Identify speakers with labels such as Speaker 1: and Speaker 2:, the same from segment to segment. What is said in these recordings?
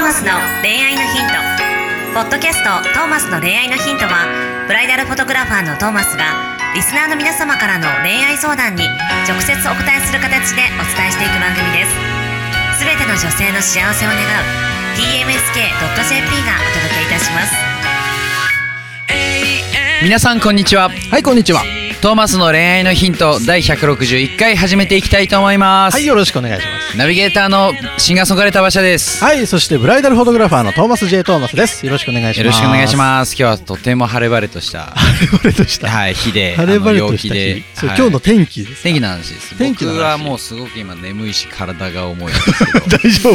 Speaker 1: マスの恋愛のヒント」ポッドキャスト「トーマスの恋愛のヒントは」ブライダルフォトグラファーのトーマスがリスナーの皆様からの恋愛相談に直接お答えする形でお伝えしていく番組ですすべての女性の幸せを願う tmsk.jp がお届けいたします
Speaker 2: 皆さんこんにちは
Speaker 3: はいこんにちは
Speaker 2: トーマスの恋愛のヒント第161回始めていきたいと思います、
Speaker 3: はいよろしくお願いします
Speaker 2: ナビゲーターのシンガーソングライター馬車です、
Speaker 3: はいそしてブライダルフォトグラファーのトーマス J トーマスですよろしくお願いします
Speaker 2: よろしくお願いします今日はとても晴れ晴れとした
Speaker 3: す晴れとした
Speaker 2: はい日で
Speaker 3: 晴れ晴れ
Speaker 2: あの
Speaker 3: と
Speaker 2: 陽
Speaker 3: し
Speaker 2: 気
Speaker 3: た日
Speaker 2: で
Speaker 3: そう
Speaker 2: はい
Speaker 3: 今日の天気です
Speaker 2: 天気の話です
Speaker 3: 天気の話
Speaker 2: 僕はもうすごく今眠いし体が重いんです けど
Speaker 3: 大丈夫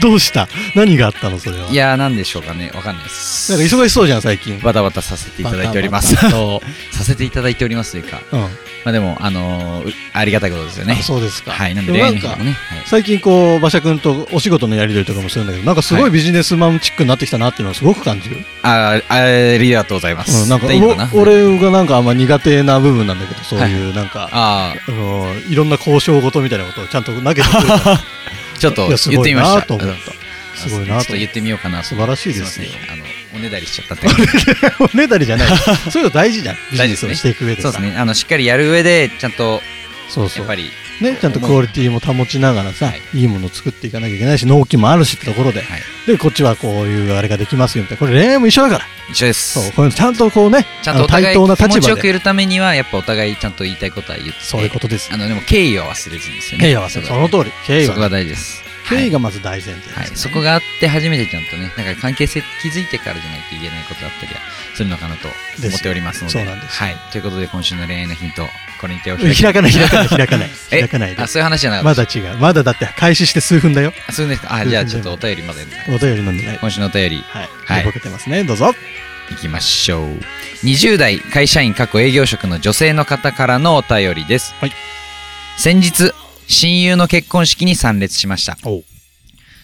Speaker 3: どうした何があったのそれはい
Speaker 2: やーなんでしょうかねわかんないで
Speaker 3: なん
Speaker 2: す
Speaker 3: か忙しそうじゃん最近
Speaker 2: バタバタさせていただいております
Speaker 3: バタバタと
Speaker 2: させていただいておりますというか
Speaker 3: うん
Speaker 2: まあでもあのーうありがたいことですよね
Speaker 3: あそうですか
Speaker 2: はいなんで
Speaker 3: で
Speaker 2: 恋
Speaker 3: も
Speaker 2: 愛
Speaker 3: な
Speaker 2: の
Speaker 3: ん
Speaker 2: ヒントも
Speaker 3: か
Speaker 2: ねはい
Speaker 3: 最近こう馬車君とお仕事のやり取りとかもするんだけどなんかすご
Speaker 2: はい
Speaker 3: ビジネスマンチックになってきたなっていうのはすごく感じる
Speaker 2: あーありがとうございます、
Speaker 3: うんなんか
Speaker 2: でいいのかな
Speaker 3: お俺がなんかあんま苦手な部分なんだけどそういうなんか
Speaker 2: あ
Speaker 3: あのいろんな交渉事みたいなことをちゃんと投げてくるから
Speaker 2: あちょっと
Speaker 3: いやす
Speaker 2: 言っ
Speaker 3: ご
Speaker 2: て
Speaker 3: い
Speaker 2: みまし
Speaker 3: な
Speaker 2: た
Speaker 3: と思っ
Speaker 2: あ
Speaker 3: たすごい
Speaker 2: ちょっ
Speaker 3: なと
Speaker 2: と
Speaker 3: 思
Speaker 2: 言
Speaker 3: っ
Speaker 2: ってみようかなと
Speaker 3: 素晴らしいですよ
Speaker 2: すいませんあのおねだりしちゃった ってことで
Speaker 3: たおねだりじゃないそういうの大事じゃんビジ
Speaker 2: 大
Speaker 3: ネ
Speaker 2: 事です
Speaker 3: スを
Speaker 2: ね
Speaker 3: していく上で
Speaker 2: そ
Speaker 3: さ
Speaker 2: うですねあのしっかりやる上でちゃんと
Speaker 3: そうそ
Speaker 2: や
Speaker 3: う
Speaker 2: っぱり
Speaker 3: ねちゃんとクオリティも保ちながらさ
Speaker 2: はい
Speaker 3: いいものを作っていかなきゃいけないし納期もあるしってところで
Speaker 2: はい
Speaker 3: でこっちはこういうあれができますよみたいなこれ恋愛も一緒だから
Speaker 2: 一緒です
Speaker 3: そうこういうのちゃんとこうね
Speaker 2: ちゃんとお
Speaker 3: あの対
Speaker 2: 互い
Speaker 3: 等な
Speaker 2: 気持
Speaker 3: 立
Speaker 2: ちよ
Speaker 3: 場
Speaker 2: くい
Speaker 3: で
Speaker 2: るためにはやっぱお互いちゃんと言いたいことは言って
Speaker 3: そういうことです
Speaker 2: あのでも敬意は忘れずにですよね
Speaker 3: 敬意は忘れその通り敬意
Speaker 2: そこ
Speaker 3: は
Speaker 2: が大事です
Speaker 3: 敬意
Speaker 2: が
Speaker 3: がまず大前提です
Speaker 2: はい、
Speaker 3: ね
Speaker 2: そこがあって初めてちゃんとねなんか関係性気づいてからじゃないと言えないことだったりはするのかなと
Speaker 3: よ
Speaker 2: 思っておりますので
Speaker 3: そうなんです
Speaker 2: はい、ということで今週の恋愛のヒントこれに手を
Speaker 3: 開かない 開かない開かない
Speaker 2: え
Speaker 3: 開かないで
Speaker 2: あそういう話じゃなか
Speaker 3: ま
Speaker 2: った
Speaker 3: だ違うまだだって開始して数分だよ
Speaker 2: あそういうんですかあじゃあちょっとお便りまで
Speaker 3: お便り飲んでない
Speaker 2: 今週のお便り
Speaker 3: はい、
Speaker 2: はい
Speaker 3: 寝ぼけてますねどうぞ
Speaker 2: いきましょう20代会社員過去営業職の女性の方からのお便りです、
Speaker 3: はい
Speaker 2: 先日親友の結婚式に参列しました
Speaker 3: おう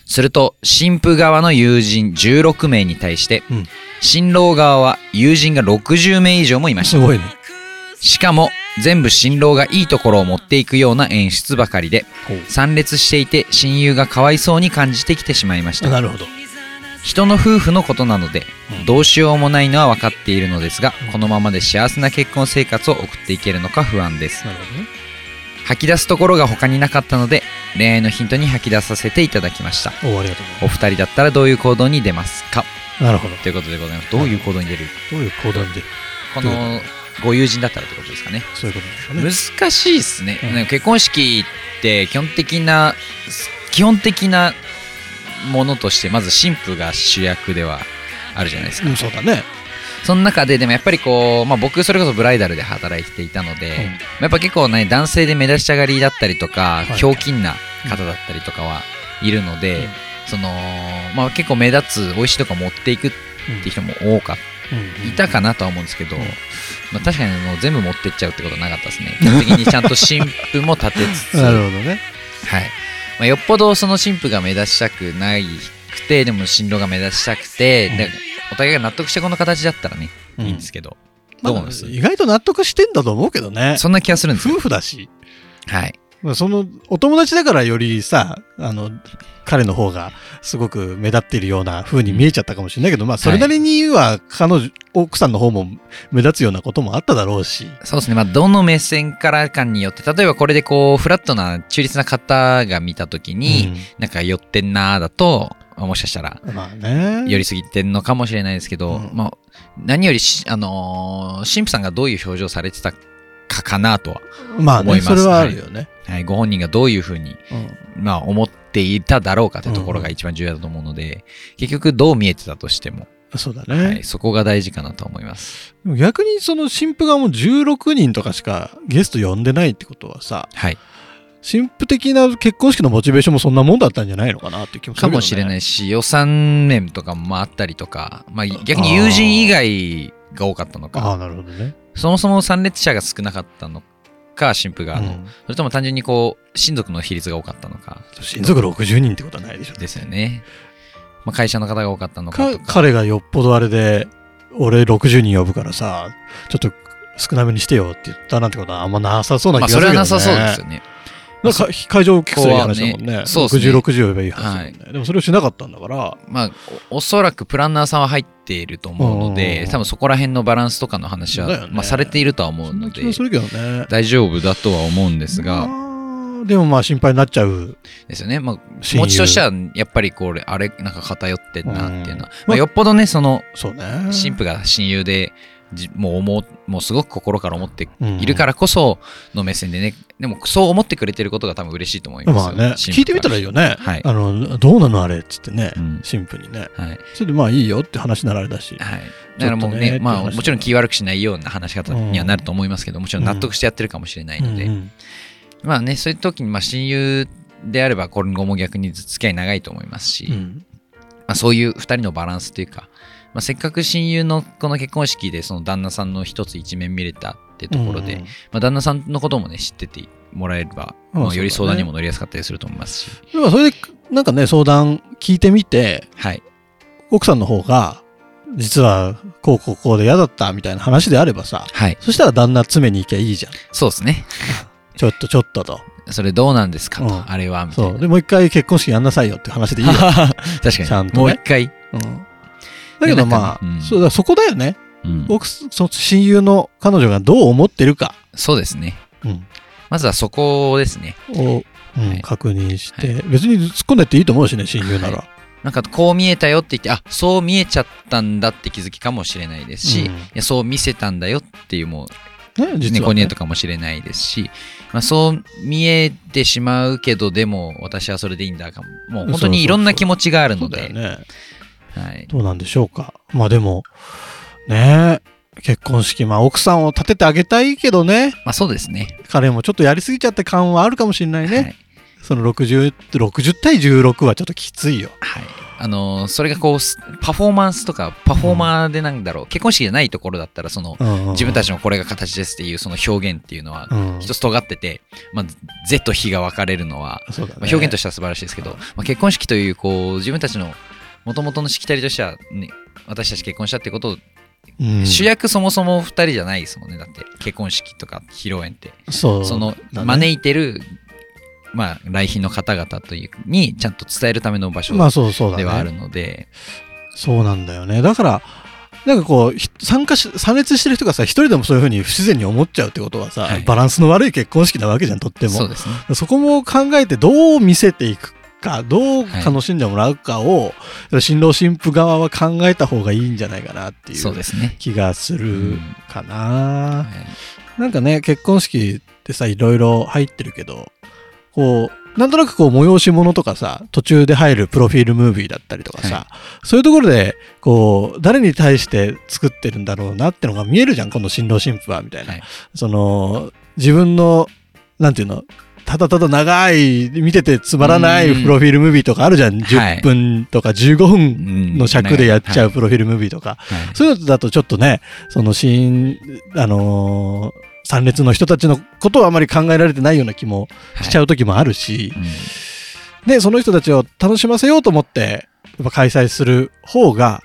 Speaker 2: すると新婦側の友人16名に対して、
Speaker 3: うん
Speaker 2: 新郎側は友人が60名以上もいまし
Speaker 3: す
Speaker 2: た
Speaker 3: ごいね
Speaker 2: しかも全部新郎がいいところを持っていくような演出ばかりで参列していて親友がかわいそうに感じてきてしまいました
Speaker 3: なるほど
Speaker 2: 人の夫婦のことなので
Speaker 3: うん
Speaker 2: どうしようもないのは分かっているのですがこのままで幸せな結婚生活を送っていけるのか不安です
Speaker 3: なるほどね
Speaker 2: 吐き出すところが他になかったので恋愛のヒントに吐き出させていただきました
Speaker 3: おうありがとうござい
Speaker 2: お二人だったらどういう行動に出ますか
Speaker 3: ますなるほど
Speaker 2: ということでございますどういう行動に出る
Speaker 3: どういう行動に出る
Speaker 2: このご友人だったらってことですかね
Speaker 3: そういうことですかね
Speaker 2: 難しいですね、
Speaker 3: うん
Speaker 2: なんか結婚式って基本的な基本的なものとしてまず新婦が主役ではあるじゃないですか、
Speaker 3: うんそうだね
Speaker 2: その中ででもやっぱりこう、まあ、僕それこそブライダルで働いていたので、
Speaker 3: うん
Speaker 2: やっぱ結構ね男性で目立ちたがりだったりとか、
Speaker 3: はい
Speaker 2: ひょうきんな方だったりとかはいるので、
Speaker 3: うん
Speaker 2: そのまあ、結構目立つ美味しいとか持っていくって
Speaker 3: うん
Speaker 2: 人も多かっ
Speaker 3: うん
Speaker 2: いたかなとは思うんですけど、
Speaker 3: うん
Speaker 2: まあ、確かにもう全部持ってっちゃうってことはなかったですね基本的にちゃんと新婦も立てつつ
Speaker 3: なる
Speaker 2: はい
Speaker 3: ほどね
Speaker 2: まあ、よっぽどその新婦が目立ちたくないくてでも新郎が目立ちたくて、
Speaker 3: うん
Speaker 2: でお互いが納得してこの形だったらね
Speaker 3: うん
Speaker 2: いいんですけど、
Speaker 3: ま
Speaker 2: どう
Speaker 3: あ
Speaker 2: 思います、
Speaker 3: 意外と納得してんだと思うけどね
Speaker 2: そんな気がするんですよ
Speaker 3: 夫婦だし
Speaker 2: はい
Speaker 3: まあそのお友達だからよりさあの彼の方がすごく目立っているような風に見えちゃったかもしれないけど、まあそれなりには彼女奥さんの方も目立つようなこともあっただろうし、
Speaker 2: そうですね、まあ、どの目線からかによって例えばこれでこうフラットな中立な方が見た時に、なんか寄ってんなーだともしかしたら
Speaker 3: うんまあね
Speaker 2: 寄りすぎてんのかもしれないですけど、
Speaker 3: うん
Speaker 2: まあ、何よりし、あのー神父さんがどういう表情されてたかかなとは、
Speaker 3: まあ
Speaker 2: 思
Speaker 3: ね
Speaker 2: いま
Speaker 3: そ
Speaker 2: す
Speaker 3: れはあるよね、
Speaker 2: はい、ご本人がどういうふうに、
Speaker 3: うん
Speaker 2: まあ、思っていただろうかというところが
Speaker 3: うん
Speaker 2: 一番重要だと思うので、結局どう見えてたとしても、
Speaker 3: そうだ
Speaker 2: は
Speaker 3: ね
Speaker 2: い、、そこが大事かなと思います。
Speaker 3: でも逆にその新婦がもう16人とかしかゲスト呼んでないってことはさ
Speaker 2: はい、
Speaker 3: 新婦的な結婚式のモチベーションもそんなもんだったんじゃないのかなっていう気も
Speaker 2: か
Speaker 3: するけどね、
Speaker 2: もしれないいし予算面とかもまああったりとか、まあ、逆に友人以外が多かったの
Speaker 3: ああ
Speaker 2: か
Speaker 3: なるほどね、
Speaker 2: そもそも参列者が少なかったのか新婦が、あの
Speaker 3: うん
Speaker 2: それとも単純にこう親族の比率が多かったのか
Speaker 3: 親族60人ってことはないでしょ
Speaker 2: ですよね。まあ、会社の方が多かったのか
Speaker 3: か
Speaker 2: とか。
Speaker 3: 彼がよっぽどあれで俺60人呼ぶからさちょっと少なめにしてよって言ったなんてことはあんまなさそうな
Speaker 2: まあ、
Speaker 3: 気が
Speaker 2: そ
Speaker 3: す
Speaker 2: れ
Speaker 3: る
Speaker 2: は
Speaker 3: け
Speaker 2: なさそ
Speaker 3: どね、
Speaker 2: うですよね。
Speaker 3: なんか会場を大きくすればいい話だも
Speaker 2: こ
Speaker 3: んね。
Speaker 2: こはねそうですね
Speaker 3: 60、60言えばいい話だもんね、でもそれをしなかったんだから、
Speaker 2: まあ、おおそらくプランナーさんは入っていると思うの
Speaker 3: うんうんう
Speaker 2: で、
Speaker 3: ん
Speaker 2: 多分そこら辺のバランスとかの話は、
Speaker 3: だよね
Speaker 2: まあ、されているとは思
Speaker 3: そ
Speaker 2: うんの
Speaker 3: な気
Speaker 2: で
Speaker 3: もす、るけどね。
Speaker 2: 大丈夫だとは思うんですが、
Speaker 3: まあでもまあ心配になっちゃう。
Speaker 2: ですよね。まあ、気
Speaker 3: 親友
Speaker 2: 持ちとしては、やっぱりこれ、あれ、なんか偏ってんなっていうのは
Speaker 3: うん、
Speaker 2: まあ、よっぽどね、その、
Speaker 3: そうね。
Speaker 2: 神父
Speaker 3: が
Speaker 2: が親友で、じもう思う、もうすごく心から思っているからこその目線でね、でもそう思ってくれてることが多分嬉しいと思います
Speaker 3: まあ
Speaker 2: よ。
Speaker 3: ね、
Speaker 2: 神父
Speaker 3: 聞いてみたらいいよね。
Speaker 2: はい
Speaker 3: あの、どうなのあれっつってね、
Speaker 2: うん
Speaker 3: 神父にね。
Speaker 2: から。はい。
Speaker 3: それでまあいいよって話ならあれだし。
Speaker 2: はい、だからもう
Speaker 3: ちょっとね
Speaker 2: ね、ま
Speaker 3: って
Speaker 2: あ、
Speaker 3: 話
Speaker 2: もちろん気悪くしないような話し方にはなると思いますけど、もちろん納得してやってるかもしれないので、
Speaker 3: うんうん
Speaker 2: まあね、そういう時に、まあ、親友であれば、今後も逆に付き合い長いと思いますし、
Speaker 3: うん
Speaker 2: まあ、そういう2人のバランスというか、まあ、せっかく親友のこの結婚式で、その旦那さんの一つ一面見れたってところで、
Speaker 3: うん
Speaker 2: まあ、旦那さんのこともね、知っててもらえれば、
Speaker 3: うん
Speaker 2: ま
Speaker 3: そうだ
Speaker 2: あ、
Speaker 3: ね
Speaker 2: より相談にも乗りやすかったりすると思いますし、
Speaker 3: でもそれで、なんかね、相談聞いてみて、
Speaker 2: はい。
Speaker 3: 奥さんの方が、実は、こうこうこうで嫌だったみたいな話であればさ、
Speaker 2: はい。
Speaker 3: そしたら旦那詰めに行きゃいいじゃん。
Speaker 2: そうですね。
Speaker 3: ちょっとちょっとと。
Speaker 2: それどうなんですかと、
Speaker 3: うん
Speaker 2: あれは、みたい
Speaker 3: そ う。
Speaker 2: な。
Speaker 3: で、もう一回結婚式やんなさいよって話でい いよ。
Speaker 2: 確かに。
Speaker 3: ちゃんとね
Speaker 2: もう一回。
Speaker 3: うんだけどまあ、
Speaker 2: いやなんかねうん
Speaker 3: そうだからそこだよね。
Speaker 2: うん
Speaker 3: 僕、その親友の彼女がどう思ってるか
Speaker 2: そうですね。
Speaker 3: うん
Speaker 2: まずはそこですね。
Speaker 3: を、うん
Speaker 2: はい
Speaker 3: 確認して、別に突っ込んでっていいと思うしね、親友なら。
Speaker 2: はなんかこう見えたよって言って、あそう見えちゃったんだって気づきかもしれないですし、
Speaker 3: う
Speaker 2: い
Speaker 3: ん
Speaker 2: やそう見せたんだよっていう、も
Speaker 3: ね、
Speaker 2: う、
Speaker 3: 実
Speaker 2: ニ
Speaker 3: は
Speaker 2: コニ
Speaker 3: ね、
Speaker 2: エとかもしれないですし、まあ、そう見えてしまうけど、でも私はそれでいいんだかも。もう本当にいろんな気持ちがある
Speaker 3: そ
Speaker 2: の
Speaker 3: うだよ
Speaker 2: で、
Speaker 3: ね。
Speaker 2: はい
Speaker 3: どうなんでしょうか。まあでも、ねえ結婚式、まあ奥さんを立ててあげたいけどね、
Speaker 2: まあそうですね。
Speaker 3: 彼もちょっとやりすぎちゃって感はあるかもしれないね。
Speaker 2: はい
Speaker 3: その60、60対16はちょっときついよ。
Speaker 2: はい。あのーそれがこう、すパフォーマンスとか、パフォーマーでなんだろう、結婚式じゃないところだったら、その、自分た
Speaker 3: ち、
Speaker 2: ちのこれが形ですっていうその表現っていうのは
Speaker 3: うん
Speaker 2: 一つ尖ってて、まあ、是と非が分かれるのは、
Speaker 3: そうだね
Speaker 2: まあ、表現としては素晴らしいですけど、まあ、結婚式というこう自分たちの元々のしきたりとしては、ね、私たち結婚したってことを、
Speaker 3: うん
Speaker 2: 主役そもそも2人じゃないですもんねだって結婚式とか披露宴って
Speaker 3: そう
Speaker 2: その
Speaker 3: だね
Speaker 2: 招いてる、まあ、来賓の方々というにちゃんと伝えるための場所
Speaker 3: まあそうそうだね
Speaker 2: ではあるので、
Speaker 3: そうなんだよねだからなんかこうひ参加し参列してる人がさ一人でもそういうふうに不自然に思っちゃうってことはさ、
Speaker 2: はい
Speaker 3: バランスの悪い結婚式なわけじゃんとっても
Speaker 2: そ
Speaker 3: そう
Speaker 2: ですね
Speaker 3: こも考えてどう見せていくかどう
Speaker 2: はい
Speaker 3: 楽しんでもらうかを、新郎新婦側は考えた方がいいんじゃないかなってい
Speaker 2: そう
Speaker 3: う
Speaker 2: ですね、
Speaker 3: 気がするかな、
Speaker 2: はい
Speaker 3: なんかね結婚式ってさいろいろ入ってるけどこうなんとなくこう催し物とかさ途中で入るプロフィールムービーだったりとかさ、
Speaker 2: は
Speaker 3: そういうところでこう誰に対して作ってるんだろうなってのが見えるじゃん今度新郎新婦はみたいな、
Speaker 2: はい
Speaker 3: その自分のなんていうのただただ長い見ててつまらない
Speaker 2: うん
Speaker 3: プロフィールムービーとかあるじゃん、
Speaker 2: はい
Speaker 3: 10分とか15
Speaker 2: う
Speaker 3: 分
Speaker 2: ん
Speaker 3: の尺でやっちゃ
Speaker 2: は
Speaker 3: うプロフィールムービーとか、
Speaker 2: いはい
Speaker 3: そういうのだとちょっとね、その新、あのー参列の人たちのことをあまり考えられてないような気もしちゃう時もあるし、
Speaker 2: うん
Speaker 3: で、その人たちを楽しませようと思って、やっぱ開催する方が、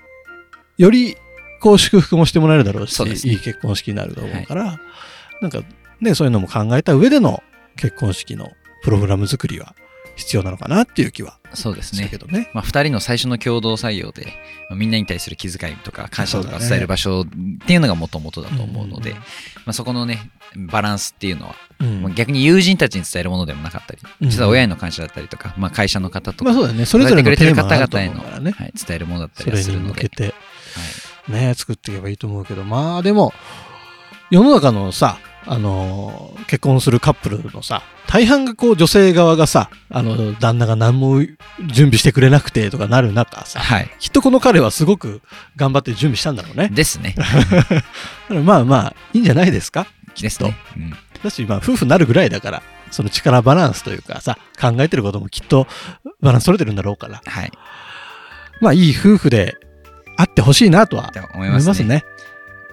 Speaker 3: より、こう、祝福もしてもらえるだろうし、
Speaker 2: そうですね
Speaker 3: いい結婚式になると思うから、なんか、ね、そういうのも考えた上での結婚式のプログラム作りは必要なのかなっていう気は
Speaker 2: そうです
Speaker 3: した
Speaker 2: ね
Speaker 3: けどね。
Speaker 2: まあ、2人の最初の共同作業で、まあ、みんなに対する気遣いとか感謝と
Speaker 3: そう
Speaker 2: か
Speaker 3: だね
Speaker 2: 伝える場所っていうのがもともとだと思うので、
Speaker 3: うん
Speaker 2: まあ、そこのねバランスっていうのは、
Speaker 3: うん
Speaker 2: まあ逆に友人たちに伝えるものでもなかったり
Speaker 3: うん
Speaker 2: 実は親への感謝だったりとか、まあ、会社の方と
Speaker 3: ま
Speaker 2: か、
Speaker 3: あそうだね。それぞれの
Speaker 2: 支えてく
Speaker 3: テ
Speaker 2: れ
Speaker 3: ー
Speaker 2: て
Speaker 3: マ
Speaker 2: る
Speaker 3: があると
Speaker 2: 方々へ
Speaker 3: 思う
Speaker 2: の
Speaker 3: からね。
Speaker 2: はい、伝えるものだった
Speaker 3: そ
Speaker 2: りは
Speaker 3: れ
Speaker 2: す
Speaker 3: に
Speaker 2: るの
Speaker 3: 向
Speaker 2: で
Speaker 3: けて、ね、作っていけばいいと思うけど、まあでも、世の中のさ、あのー、結婚するカップルのさ、大半がこう女性側がさ、あの、旦那が何も準備してくれなくてとかなる中さ、
Speaker 2: はい、
Speaker 3: きっとこの彼はすごく頑張って準備したんだろうね。
Speaker 2: です ね
Speaker 3: だからまあまあ、いいんじゃないですか
Speaker 2: ですね、うん
Speaker 3: だし、まあ夫婦になるぐらいだから、その力バランスというかさ、考えてることもきっとバランス取れてるんだろうから、
Speaker 2: はい
Speaker 3: まあいい夫婦であってほしいなとは
Speaker 2: と思
Speaker 3: 思
Speaker 2: い
Speaker 3: い
Speaker 2: ま
Speaker 3: ますす
Speaker 2: ね
Speaker 3: ね。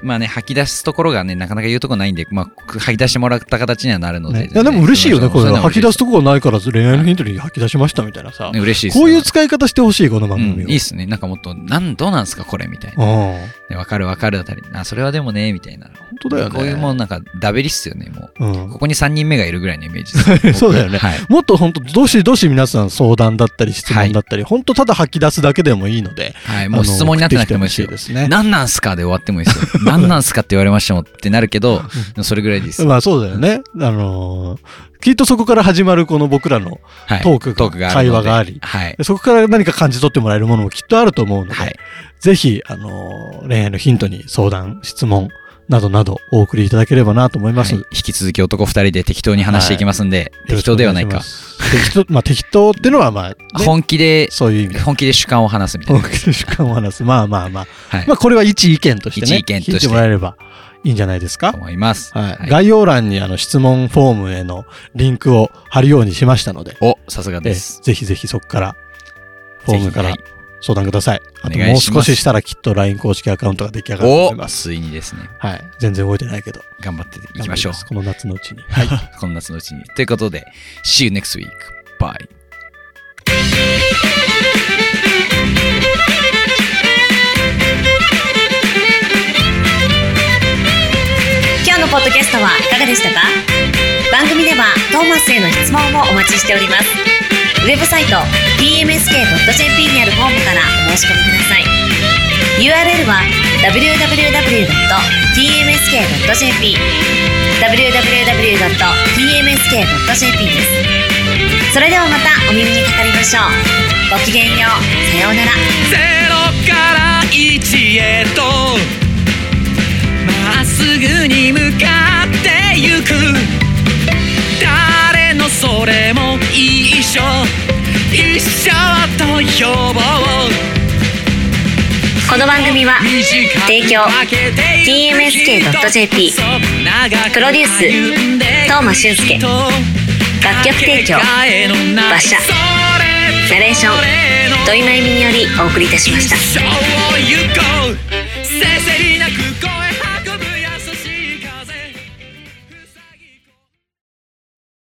Speaker 2: まあね、吐き出すところがね、なかなか言うとこないんで、まあ、吐き出してもらった形にはなるので、
Speaker 3: ねいやでも嬉しいよね、これ。吐き出すと
Speaker 2: こ
Speaker 3: こがないから恋愛のヒントに吐き出しましたみたいなさ。
Speaker 2: 嬉しいですね
Speaker 3: こういう使い方してほしい、この番
Speaker 2: うん、
Speaker 3: 組を。
Speaker 2: いいっすね。なんかもっと、なん、どうなんすかこれみたい
Speaker 3: うん
Speaker 2: な。でわかるわかるだったり、あ、それはでもね、みたいな。本
Speaker 3: 当だよね
Speaker 2: こういうもんなんか、ダベリっすよね、も
Speaker 3: う
Speaker 2: う。
Speaker 3: ん
Speaker 2: ここに3人目がいるぐらいのイメージです
Speaker 3: そうだよね
Speaker 2: 僕はい。
Speaker 3: もっと本当どしどし皆さん相談だったり質問だったり、本当ただ吐き出すだけでもいいので、
Speaker 2: はい。
Speaker 3: あ
Speaker 2: もう
Speaker 3: の
Speaker 2: 質問になってなくてもいいですよ
Speaker 3: 送って。きてほしいですね
Speaker 2: 何なんすかで終わってもいいです よ。何なんすかって言われましてもってなるけど、でもそれぐらいでいいです。
Speaker 3: まあそうだよね。あのーきっとそこから始まるこの僕らの、
Speaker 2: はい
Speaker 3: トークが
Speaker 2: るので
Speaker 3: 会話があり
Speaker 2: はい。
Speaker 3: そこから何か感じ取ってもらえるものもきっとあると思うので、
Speaker 2: はい。
Speaker 3: ぜひ、あのー恋愛のヒントに相談、質問などなどお送りいただければなと思います。
Speaker 2: はい引き続き男2人で適当に話していきますんで、
Speaker 3: よろ
Speaker 2: 適
Speaker 3: しく
Speaker 2: 当
Speaker 3: お
Speaker 2: で
Speaker 3: 願
Speaker 2: はない
Speaker 3: し
Speaker 2: か
Speaker 3: ま。す。適当、まあ 適当ってのはまあね、
Speaker 2: 本気で、
Speaker 3: そういう意味で。
Speaker 2: 本気で主観を話すみたい
Speaker 3: 本
Speaker 2: な。
Speaker 3: 気の主観を話す。まあまあまあ。
Speaker 2: はい
Speaker 3: ま。あこれは一意見としてね。
Speaker 2: 一意見として
Speaker 3: 聞いてもらえればいいんじゃないですか
Speaker 2: と。思います。
Speaker 3: はい。
Speaker 2: はい
Speaker 3: 概要欄にあの質問フォームへのリンクを貼るようにしましたので、
Speaker 2: お、さすが
Speaker 3: ええ
Speaker 2: です。
Speaker 3: ぜひぜひそこから、フォームから
Speaker 2: ぜ
Speaker 3: 相談ください。あと
Speaker 2: お願
Speaker 3: も
Speaker 2: い
Speaker 3: う
Speaker 2: しま
Speaker 3: 少
Speaker 2: す
Speaker 3: ししたらきっと LINE 公式アカウントが出来上
Speaker 2: ひ
Speaker 3: がると
Speaker 2: はい
Speaker 3: 思い
Speaker 2: お
Speaker 3: ます。
Speaker 2: ついにですね、
Speaker 3: はい。全然動いてないけど。
Speaker 2: 頑張っていきましょう
Speaker 3: 頑張り。すこの夏のうちに。はい。
Speaker 2: この夏のうちに。ということで、See you next week. Bye.
Speaker 1: Podcast 今日のポッドキャストはいかがでしたか番組ではトーマスへの質問もお待ちしておりますウェブサイト tmsk.jp にあるフォームからお申し込みください URL は www.tmsk.jp www.tmsk.jp ですそれではまたお耳にかかりましょうごきげんようさようなら
Speaker 4: ゼロから1へとまっすぐに向かってゆく誰のそれも一緒一緒と呼ぼう
Speaker 1: この番組は提供 TMSK.jp プロデュース東間俊介楽曲提供馬車ナレーション土井真由美によりお送りいたしました
Speaker 4: 一生を行こうせせり